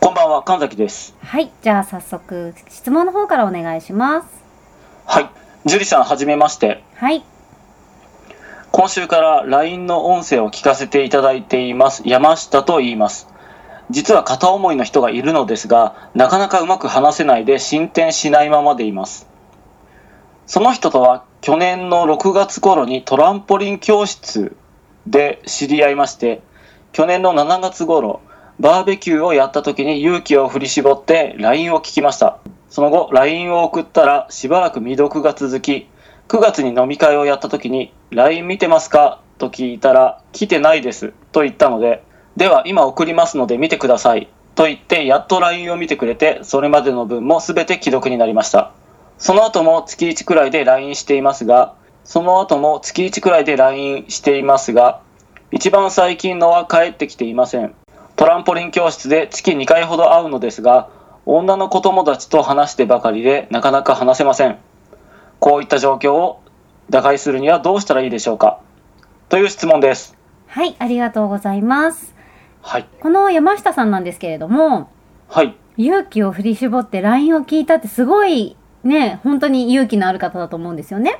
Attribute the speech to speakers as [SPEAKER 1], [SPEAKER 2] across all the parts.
[SPEAKER 1] こんばんは、神崎です。
[SPEAKER 2] はい、じゃあ早速質問の方からお願いします。
[SPEAKER 1] はい。樹里さん、はじめまして。
[SPEAKER 2] はい、
[SPEAKER 1] 今週から LINE の音声を聞かせていただいています。山下と言います。実は片思いの人がいるのですが、なかなかうまく話せないで進展しないままでいます。その人とは去年の6月頃にトランポリン教室で知り合いまして、去年の7月頃、バーベキューをやった時に勇気を振り絞って LINE を聞きました。その後、LINE を送ったらしばらく未読が続き、9月に飲み会をやった時に「LINE 見てますか?」と聞いたら「来てないです」と言ったので「では今送りますので見てください」と言ってやっと LINE を見てくれてそれまでの分も全て既読になりましたその後も月1くらいで LINE していますがその後も月1くらいで LINE していますが一番最近のは帰ってきていませんトランポリン教室で月2回ほど会うのですが女の子友達と話してばかりでなかなか話せませんこういった状況を打開するにはどうしたらいいでしょうかという質問です。
[SPEAKER 2] はい、ありがとうございます。
[SPEAKER 1] はい。
[SPEAKER 2] この山下さんなんですけれども、
[SPEAKER 1] はい。
[SPEAKER 2] 勇気を振り絞って LINE を聞いたってすごいね、本当に勇気のある方だと思うんですよね。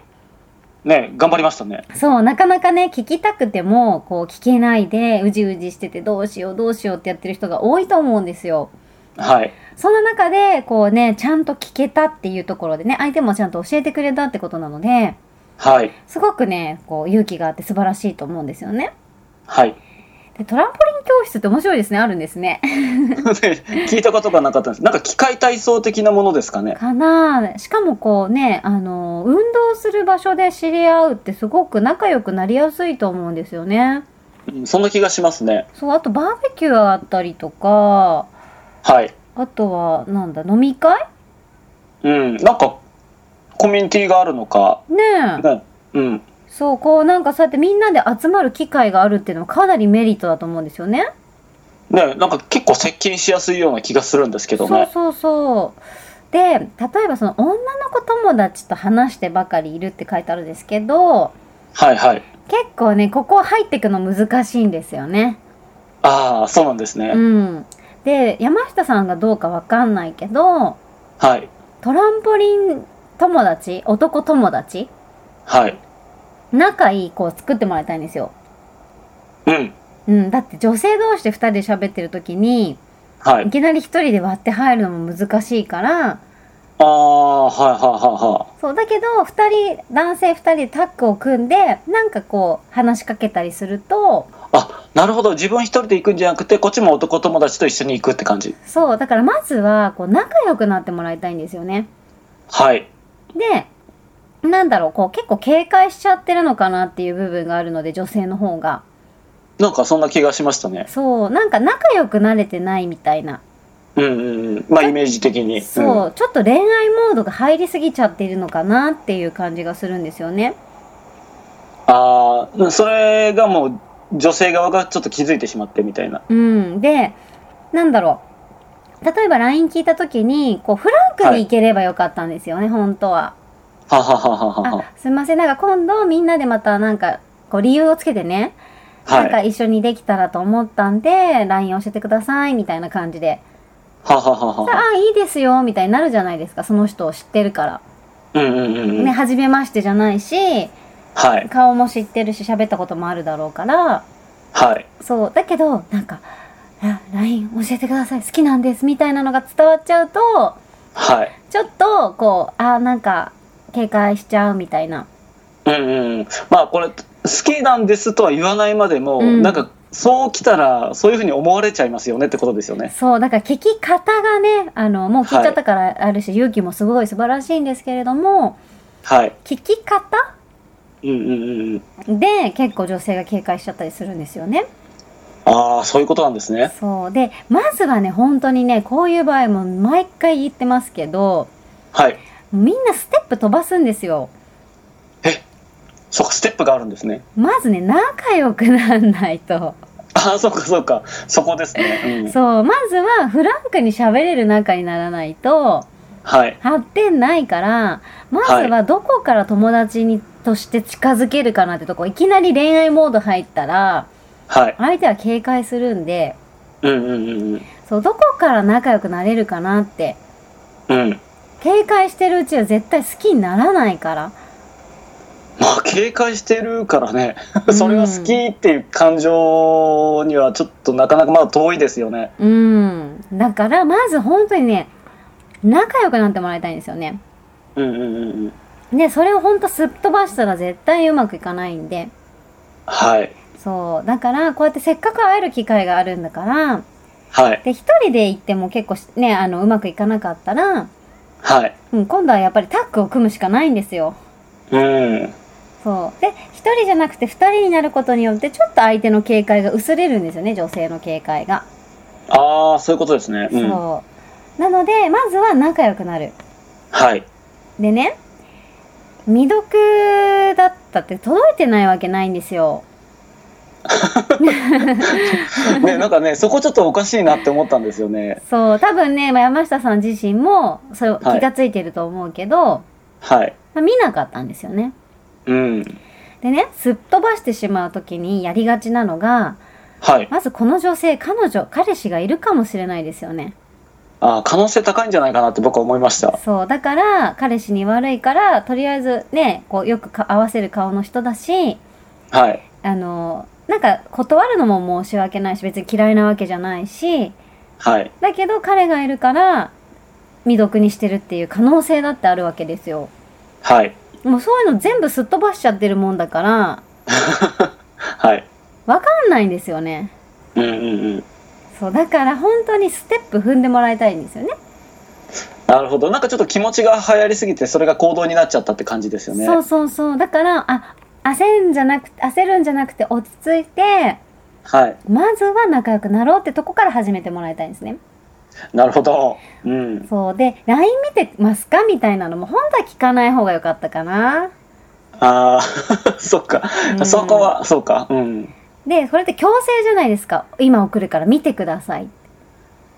[SPEAKER 1] ね頑張りましたね。
[SPEAKER 2] そう、なかなかね、聞きたくても、こう聞けないで、うじうじしててどうしようどうしようってやってる人が多いと思うんですよ。
[SPEAKER 1] はい。
[SPEAKER 2] そんな中で、こうね、ちゃんと聞けたっていうところでね、相手もちゃんと教えてくれたってことなので、
[SPEAKER 1] はい。
[SPEAKER 2] すごくね、こう勇気があって素晴らしいと思うんですよね。
[SPEAKER 1] はい。
[SPEAKER 2] で、トランポリン教室って面白いですね、あるんですね。
[SPEAKER 1] 聞いたことがなかったんです。なんか機械体操的なものですかね。
[SPEAKER 2] かなあしかもこうね、あの、運動する場所で知り合うってすごく仲良くなりやすいと思うんですよね。
[SPEAKER 1] うんそんな気がしますね。
[SPEAKER 2] そう、あとバーベキューがあったりとか、
[SPEAKER 1] はい。
[SPEAKER 2] あとは、なんだ、飲み会
[SPEAKER 1] うん。なんか、コミュニティがあるのか。
[SPEAKER 2] ねえ。
[SPEAKER 1] ね、うん。
[SPEAKER 2] そう、こうなんかそうやってみんなで集まる機会があるっていうのはかなりメリットだと思うんですよね。
[SPEAKER 1] ねなんか結構接近しやすいような気がするんですけど
[SPEAKER 2] そう
[SPEAKER 1] ね。
[SPEAKER 2] そうそう。で、例えばその女の子友達と話してばかりいるって書いてあるんですけど、
[SPEAKER 1] はいはい。
[SPEAKER 2] 結構ね、ここ入ってくの難しいんですよね。
[SPEAKER 1] ああ、そうなんですね。
[SPEAKER 2] うん。で、山下さんがどうかわかんないけど、
[SPEAKER 1] はい。
[SPEAKER 2] トランポリン友達、男友達、
[SPEAKER 1] はい。
[SPEAKER 2] 仲いい子を作ってもらいたいんですよ。
[SPEAKER 1] うん。
[SPEAKER 2] うん、だって女性同士で二人で喋ってる時に、
[SPEAKER 1] はいい。
[SPEAKER 2] きなり一人で割って入るのも難しいから、
[SPEAKER 1] ああ、はいはいはいはい。
[SPEAKER 2] そう、だけど、二人、男性二人でタッグを組んで、なんかこう、話しかけたりすると、
[SPEAKER 1] あなるほど自分一人で行くんじゃなくてこっちも男友達と一緒に行くって感じ
[SPEAKER 2] そう、だからまずは、こう、仲良くなってもらいたいんですよね。
[SPEAKER 1] はい
[SPEAKER 2] で、なんだろう、こう、結構警戒しちゃってるのかなっていう部分があるので、女性の方が。
[SPEAKER 1] なんかそんな気がしましたね
[SPEAKER 2] そう、なんか仲良くなれてないみたいな。
[SPEAKER 1] うんうんうんまあイメージ的に
[SPEAKER 2] そう、ちょっと恋愛モードが入りすぎちゃっているのかなっていう感じがするんですよね。
[SPEAKER 1] ああそれがもう女性側がちょっと気づいてしまってみたいな
[SPEAKER 2] うん。で、なんだろう。例えば LINE 聞いた時に、こう、フランクに行ければよかったんですよね、本当は。
[SPEAKER 1] はははははは
[SPEAKER 2] あすいませんなんか今度みんなでまたなんかこう理由をつけてね、なん
[SPEAKER 1] は
[SPEAKER 2] か
[SPEAKER 1] い
[SPEAKER 2] 一緒にできたらと思ったんで LINE 教えてくださいみたいな感じで
[SPEAKER 1] はははは
[SPEAKER 2] あ
[SPEAKER 1] は
[SPEAKER 2] あいいですよみたいになるじゃないですかその人を知ってるから、
[SPEAKER 1] うんうんうんう
[SPEAKER 2] ね
[SPEAKER 1] ん
[SPEAKER 2] 初めましてじゃないし
[SPEAKER 1] はい
[SPEAKER 2] 顔も知ってるし喋ったこともあるだろうから
[SPEAKER 1] はい
[SPEAKER 2] そうだけどなんかあ「LINE 教えてください好きなんです」みたいなのが伝わっちゃうと
[SPEAKER 1] はい
[SPEAKER 2] ちょっとこうあーなんか警戒しちゃうみたいな
[SPEAKER 1] うんうんうんまあこれ好きなんですとは言わないまでも、
[SPEAKER 2] うん
[SPEAKER 1] なんかそう来たらそういうふうに思われちゃいますよねってことですよね
[SPEAKER 2] そうだから聞き方がねあのもう聞いちゃったからあるし、勇気もすごい素晴らしいんですけれども
[SPEAKER 1] はい
[SPEAKER 2] 聞き方
[SPEAKER 1] うんうんうんうん
[SPEAKER 2] で結構女性が警戒しちゃったりするんですよね。
[SPEAKER 1] ああそういうことなんですね
[SPEAKER 2] そうでまずはね本当にねこういう場合も毎回言ってますけど
[SPEAKER 1] はい
[SPEAKER 2] みんなステップ飛ばすんですよ。
[SPEAKER 1] そうかステップがあるんですね
[SPEAKER 2] まずね仲良くなんないと。
[SPEAKER 1] ああそうかそうかそこですね、うん、
[SPEAKER 2] そうまずはフランクに喋れる仲にならないと
[SPEAKER 1] はい
[SPEAKER 2] 発展ないからまずはどこから友達にとして近づけるかなってとこいきなり恋愛モード入ったら
[SPEAKER 1] はい
[SPEAKER 2] 相手は警戒するんで
[SPEAKER 1] うんうんうんうん
[SPEAKER 2] そうどこから仲良くなれるかなって
[SPEAKER 1] うん
[SPEAKER 2] 警戒してるうちは絶対好きにならないから
[SPEAKER 1] まあ警戒してるからね
[SPEAKER 2] うん
[SPEAKER 1] それは好きっていう感情にはちょっとなかなかまだ遠いですよね
[SPEAKER 2] うんだからまず本当にね仲良くなってもらいたいんですよね
[SPEAKER 1] うんうんうんうん
[SPEAKER 2] でそれを本当すっ飛ばしたら絶対うまくいかないんで
[SPEAKER 1] はい
[SPEAKER 2] そう。だから、こうやってせっかく会える機会があるんだから、
[SPEAKER 1] はい
[SPEAKER 2] で、一人で行っても結構しね、あの、うまくいかなかったら、
[SPEAKER 1] はい
[SPEAKER 2] うん、今度はやっぱりタッグを組むしかないんですよ。
[SPEAKER 1] うん
[SPEAKER 2] そう。で、一人じゃなくて二人になることによって、ちょっと相手の警戒が薄れるんですよね、女性の警戒が。
[SPEAKER 1] ああそういうことですねうん
[SPEAKER 2] そう。なので、まずは仲良くなる。
[SPEAKER 1] はい
[SPEAKER 2] でね、未読だったって届いてないわけないんですよ。
[SPEAKER 1] ねなんかね そこちょっとおかしいなって思ったんですよね
[SPEAKER 2] そう。多分ね、まあ山下さん自身も、それを
[SPEAKER 1] はい
[SPEAKER 2] 気がついてると思うけど、
[SPEAKER 1] はい
[SPEAKER 2] まあ、見なかったんですよね。
[SPEAKER 1] うん
[SPEAKER 2] でね、すっ飛ばしてしまう時にやりがちなのが、
[SPEAKER 1] はい
[SPEAKER 2] まずこの女性、彼女、彼氏がいるかもしれないですよね。
[SPEAKER 1] あー可能性高いんじゃないかなって僕は思いました
[SPEAKER 2] そう、だから、彼氏に悪いから、とりあえずね、こう、よくか合わせる顔の人だし、
[SPEAKER 1] はい
[SPEAKER 2] あの、なんか断るのも申し訳ないし、別に嫌いなわけじゃないし、
[SPEAKER 1] はい
[SPEAKER 2] だけど彼がいるから、未読にしてるっていう可能性だってあるわけですよ。
[SPEAKER 1] はい
[SPEAKER 2] もうそういうの全部すっ飛ばしちゃってるもんだから、わ
[SPEAKER 1] はい
[SPEAKER 2] かんないんですよね。
[SPEAKER 1] うんうんうん
[SPEAKER 2] そうだから本当にステップ踏んでもらいたいんですよね
[SPEAKER 1] なるほどなんかちょっと気持ちが流行りすぎてそれが行動になっちゃったって感じですよね
[SPEAKER 2] そうそうそうだからあ焦んじゃなく焦るんじゃなくて落ち着いて
[SPEAKER 1] はい
[SPEAKER 2] まずは仲良くなろうってとこから始めてもらいたいんですね
[SPEAKER 1] なるほどうん
[SPEAKER 2] そうで LINE 見てますかみたいなのも本当は聞かない方が良かったかな、
[SPEAKER 1] ああ そっか
[SPEAKER 2] うん
[SPEAKER 1] そこはそうかうん
[SPEAKER 2] でこれって強制じゃないですか今送るから見てください、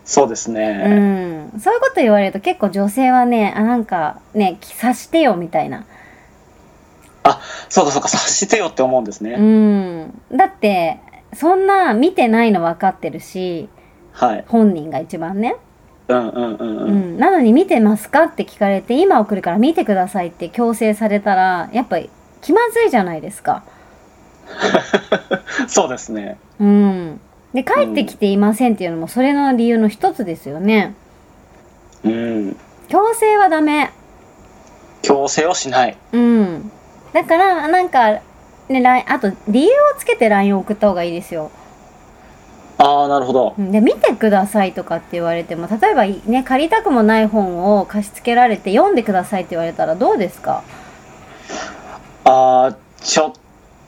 [SPEAKER 1] そうです
[SPEAKER 2] う
[SPEAKER 1] ね
[SPEAKER 2] んそういうこと言われると結構女性はねあなんかね察してよみたいな
[SPEAKER 1] そうかそうか察してよって思うんです
[SPEAKER 2] う
[SPEAKER 1] ね
[SPEAKER 2] んだってそんな見てないの分かってるし
[SPEAKER 1] はい
[SPEAKER 2] 本人が一番ね
[SPEAKER 1] うんうんうん
[SPEAKER 2] う
[SPEAKER 1] うん
[SPEAKER 2] ん、なのに見てますかって聞かれて今送るから見てくださいって強制されたらやっぱり気まずいじゃないですか。
[SPEAKER 1] そうですね
[SPEAKER 2] うん、で帰ってきていませんっていうのもそれの理由の一つですよね。
[SPEAKER 1] うん
[SPEAKER 2] 強制はダメ。
[SPEAKER 1] 強制をしない
[SPEAKER 2] うん、だからなんか、ね、ラインあと理由をつけて LINE を送った方がいいですよ。
[SPEAKER 1] ああなるほど
[SPEAKER 2] うんで見てくださいとかって言われても例えば、ね、借りたくもない本を貸し付けられて読んでくださいって言われたらどうですか
[SPEAKER 1] あーちょっ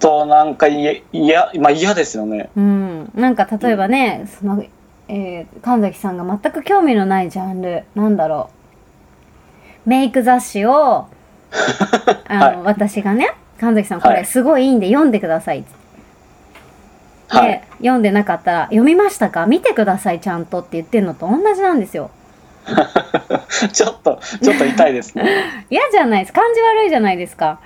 [SPEAKER 1] となんかいえいや、まあ嫌ですよね。
[SPEAKER 2] うん、なんか例えばね、その、えー神崎さんが全く興味のないジャンル、なんだろう。メイク雑誌 を、あの、私がね、神崎さんこ
[SPEAKER 1] は
[SPEAKER 2] れ
[SPEAKER 1] い
[SPEAKER 2] すごいいいんで読んでくださいっつって。
[SPEAKER 1] はい。
[SPEAKER 2] で、読んでなかったら、読みましたか見てください、ちゃんとって言ってるのと同じなんですよ。
[SPEAKER 1] ちょっと、ちょっと痛いです ね。
[SPEAKER 2] 嫌じゃないです感じ悪いじゃないですか、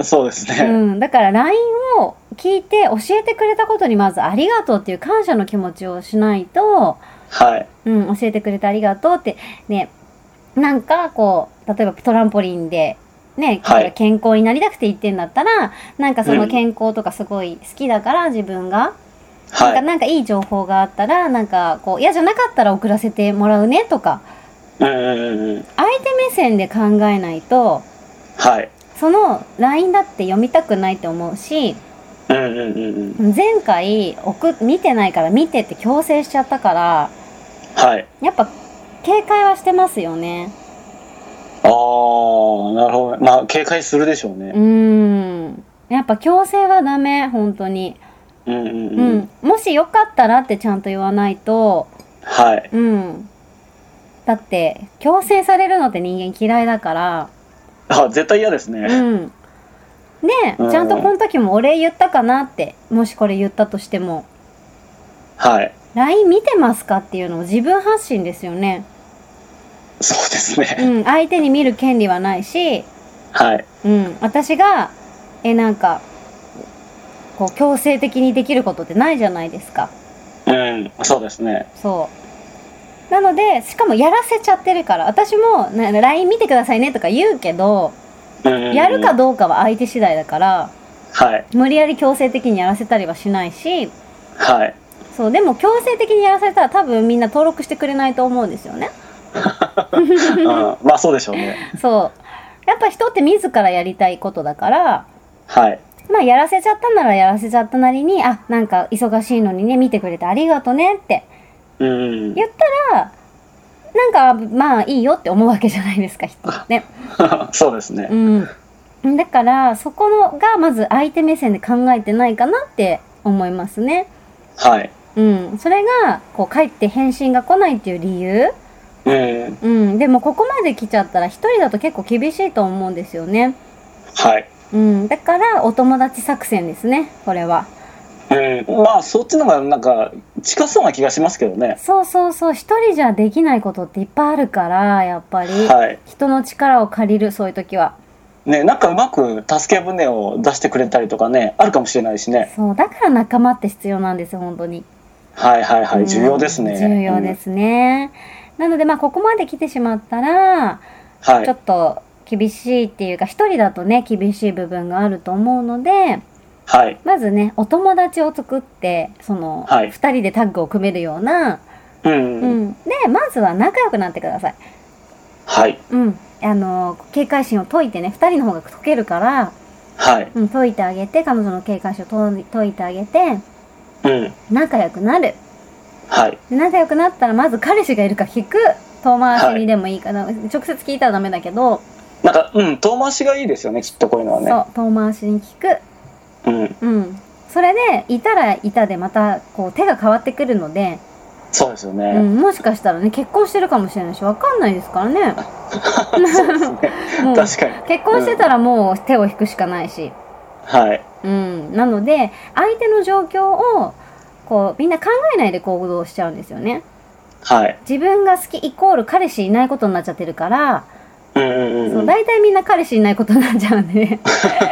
[SPEAKER 1] そうです
[SPEAKER 2] う
[SPEAKER 1] ね。
[SPEAKER 2] ん、だから LINE を聞いて教えてくれたことにまずありがとうっていう感謝の気持ちをしないと、
[SPEAKER 1] はい。
[SPEAKER 2] うん、教えてくれてありがとうってねなんかこう例えばトランポリンでね、
[SPEAKER 1] はい
[SPEAKER 2] 健康になりたくて言ってんだったらなんかその
[SPEAKER 1] うん
[SPEAKER 2] 健康とかすごい好きだから、自分がなん
[SPEAKER 1] は
[SPEAKER 2] か
[SPEAKER 1] い。
[SPEAKER 2] なんかいい情報があったらなんかこう嫌じゃなかったら送らせてもらうねとか
[SPEAKER 1] うんうんうんうん。
[SPEAKER 2] 相手目線で考えないと
[SPEAKER 1] はい。
[SPEAKER 2] その LINE だって読みたくないと思うし
[SPEAKER 1] うんうんうんうん。
[SPEAKER 2] 前回送見てないから見てって強制しちゃったから
[SPEAKER 1] はい。
[SPEAKER 2] やっぱ警戒はしてますよね。
[SPEAKER 1] ああ、なるほどね。まあ、警戒するでしょう
[SPEAKER 2] う
[SPEAKER 1] ね。
[SPEAKER 2] ーん。やっぱ強制はダメ、本当に。
[SPEAKER 1] うんうん
[SPEAKER 2] う
[SPEAKER 1] うんん。。
[SPEAKER 2] もしよかったらってちゃんと言わないと、
[SPEAKER 1] はい。
[SPEAKER 2] うん。だって、強制されるのって人間嫌いだから、
[SPEAKER 1] あ、絶対嫌です
[SPEAKER 2] う
[SPEAKER 1] ね。
[SPEAKER 2] ん。ね
[SPEAKER 1] うん
[SPEAKER 2] え、ちゃんとこの時もお礼言ったかなって、もしこれ言ったとしても、
[SPEAKER 1] はい。
[SPEAKER 2] LINE 見てますかっていうのを自分発信ですよね。
[SPEAKER 1] そうです
[SPEAKER 2] う
[SPEAKER 1] ね。
[SPEAKER 2] ん、相手に見る権利はないし、
[SPEAKER 1] はい。
[SPEAKER 2] うん、私が、え、なんか、こう、強制的にできることってないじゃないですか。
[SPEAKER 1] うん。そうですね。
[SPEAKER 2] そう。なので、しかもやらせちゃってるから、私も、な LINE 見てくださいねとか言うけど、
[SPEAKER 1] うんうんうん
[SPEAKER 2] やるかどうかは相手次第だから、
[SPEAKER 1] はい。
[SPEAKER 2] 無理やり強制的にやらせたりはしないし、
[SPEAKER 1] はい。
[SPEAKER 2] そう、でも強制的にやらされたら多分みんな登録してくれないと思うんですよね。
[SPEAKER 1] うん。まあ、そうでしょうね。
[SPEAKER 2] そう。やっぱ人って自らやりたいことだから、
[SPEAKER 1] はい。
[SPEAKER 2] まあやらせちゃったならやらせちゃったなりに、あ、なんか忙しいのにね、見てくれてありがとねって
[SPEAKER 1] うんうん。
[SPEAKER 2] 言ったら、なんかまあいいよって思うわけじゃないですか、人ってね。
[SPEAKER 1] そうですね。
[SPEAKER 2] うん、だからそこのがまず相手目線で考えてないかなって思いますね。
[SPEAKER 1] はい。
[SPEAKER 2] うん、それがこう帰って返信が来ないっていう理由、
[SPEAKER 1] うん。
[SPEAKER 2] うん、でもここまで来ちゃったら一人だと結構厳しいと思うんですよね。
[SPEAKER 1] はい。
[SPEAKER 2] うん、だからお友達作戦ですねこれは。
[SPEAKER 1] うん。まあ、そっちの方が、なんか、近そうな気がしますけどね。
[SPEAKER 2] そうそうそう一人じゃできないことっていっぱいあるからやっぱり、
[SPEAKER 1] はい。
[SPEAKER 2] 人の力を借りるそういう時は。
[SPEAKER 1] ね、なんかうまく助け舟を出してくれたりとかね、あるかもしれないしね。
[SPEAKER 2] そうだから仲間って必要なんですよ本当に。
[SPEAKER 1] はいはいは
[SPEAKER 2] うん
[SPEAKER 1] い、重要ですね。
[SPEAKER 2] 重要ですね。なので、まあ、ここまで来てしまったら、
[SPEAKER 1] うん。は
[SPEAKER 2] ちょ
[SPEAKER 1] い
[SPEAKER 2] っ。と厳しいっていうか、一人だとね、厳しい部分があると思うので、
[SPEAKER 1] はい。
[SPEAKER 2] まずね、お友達を作って、その、二、
[SPEAKER 1] はい
[SPEAKER 2] 人でタッグを組めるような、
[SPEAKER 1] うん。
[SPEAKER 2] うん。で、まずは仲良くなってください。
[SPEAKER 1] はい。
[SPEAKER 2] うん。あの、警戒心を解いてね、二人の方が解けるから、
[SPEAKER 1] はい。
[SPEAKER 2] うん、解いてあげて、彼女の警戒心を解い解いてあげて、
[SPEAKER 1] うん。
[SPEAKER 2] 仲良くなる。
[SPEAKER 1] はい。
[SPEAKER 2] で仲良くなったらまず彼氏がいるか聞く遠回しにでもいいかな、直接聞いたらダメだけど、
[SPEAKER 1] なんか、うん、遠回しがいいですよね、きっとこういうのはね。
[SPEAKER 2] そう遠回しに聞く
[SPEAKER 1] うん。
[SPEAKER 2] うんそれでいたらいたでまたこう手が変わってくるので、
[SPEAKER 1] そうですよ
[SPEAKER 2] う
[SPEAKER 1] ね。
[SPEAKER 2] ん、もしかしたらね結婚してるかもしれないしわかんないですから ね
[SPEAKER 1] そうですね。
[SPEAKER 2] もう
[SPEAKER 1] 確かに。
[SPEAKER 2] 結婚してたらもう手を引くしかないし、
[SPEAKER 1] はい。
[SPEAKER 2] うん、なので相手の状況をこうみんな考えないで行動しちゃうんですよね
[SPEAKER 1] はい。
[SPEAKER 2] 自分が好きイコール彼氏いないことになっちゃってるから、
[SPEAKER 1] うんうん
[SPEAKER 2] そううん大体みんな彼氏いないことになっちゃうんでね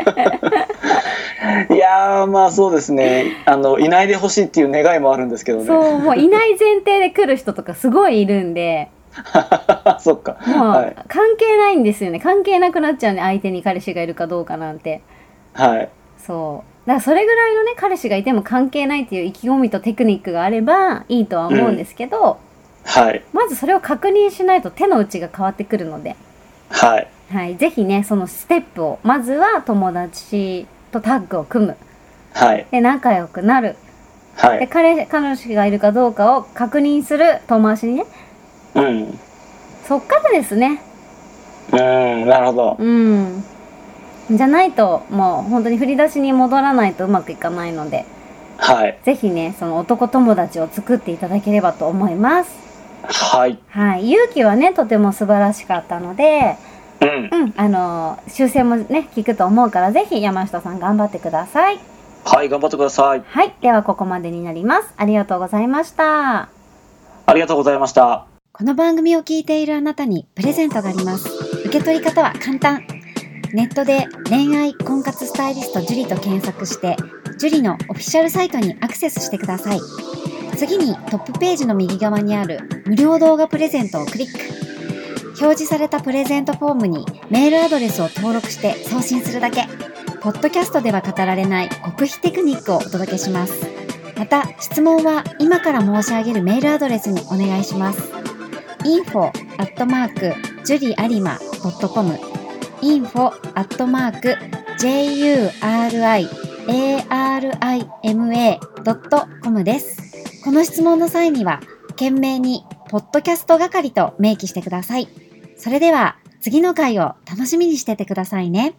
[SPEAKER 1] うん。いやー、まあそうですね。あの、いないでほしいっていう願いもあるんですけどね。
[SPEAKER 2] そうもういない前提で来る人とかすごいいるんで
[SPEAKER 1] そっか。
[SPEAKER 2] もう
[SPEAKER 1] はい。
[SPEAKER 2] 関係ないんですよね関係なくなっちゃうね相手に彼氏がいるかどうかなんて
[SPEAKER 1] はい。
[SPEAKER 2] そうだからそれぐらいのね彼氏がいても関係ないっていう意気込みとテクニックがあればいいとは思うんですけど、
[SPEAKER 1] はい。
[SPEAKER 2] まずそれを確認しないと手の内が変わってくるので、
[SPEAKER 1] はい。
[SPEAKER 2] はい、ぜひねそのステップをまずは友達とタッグを組む
[SPEAKER 1] はい。
[SPEAKER 2] で仲良くなる
[SPEAKER 1] は
[SPEAKER 2] で
[SPEAKER 1] い。
[SPEAKER 2] 彼彼氏がいるかどうかを確認する遠回しにね
[SPEAKER 1] うん。うん、
[SPEAKER 2] そっからですね
[SPEAKER 1] なるほど。
[SPEAKER 2] うんじゃないともう本当に振り出しに戻らないとうまくいかないので
[SPEAKER 1] はい。
[SPEAKER 2] ぜひねその男友達を作っていただければと思います
[SPEAKER 1] はい。
[SPEAKER 2] はい勇気はねとても素晴らしかったので
[SPEAKER 1] うん。
[SPEAKER 2] うんあのー修正もね聞くと思うからぜひ山下さん頑張ってください
[SPEAKER 1] はい、頑張ってください。
[SPEAKER 2] はいではここまでになりますありがとうございました
[SPEAKER 1] ありがとうございました。
[SPEAKER 2] ここの番組を聞いているあなたにプレゼントがあります。受け取り方は簡単。ネットで恋愛婚活スタイリスト樹と検索して、樹のオフィシャルサイトにアクセスしてください。次にトップページの右側にある無料動画プレゼントをクリック。表示されたプレゼントフォームにメールアドレスを登録して送信するだけ。ポッドキャストでは語られない極秘テクニックをお届けします。また、質問は今から申し上げるメールアドレスにお願いします。info アットマークジュリアリマ .com info アットマーク juriarima.com です。この質問の際には、懸命にポッドキャスト係と明記してください。それでは、次の回を楽しみにしててくださいね。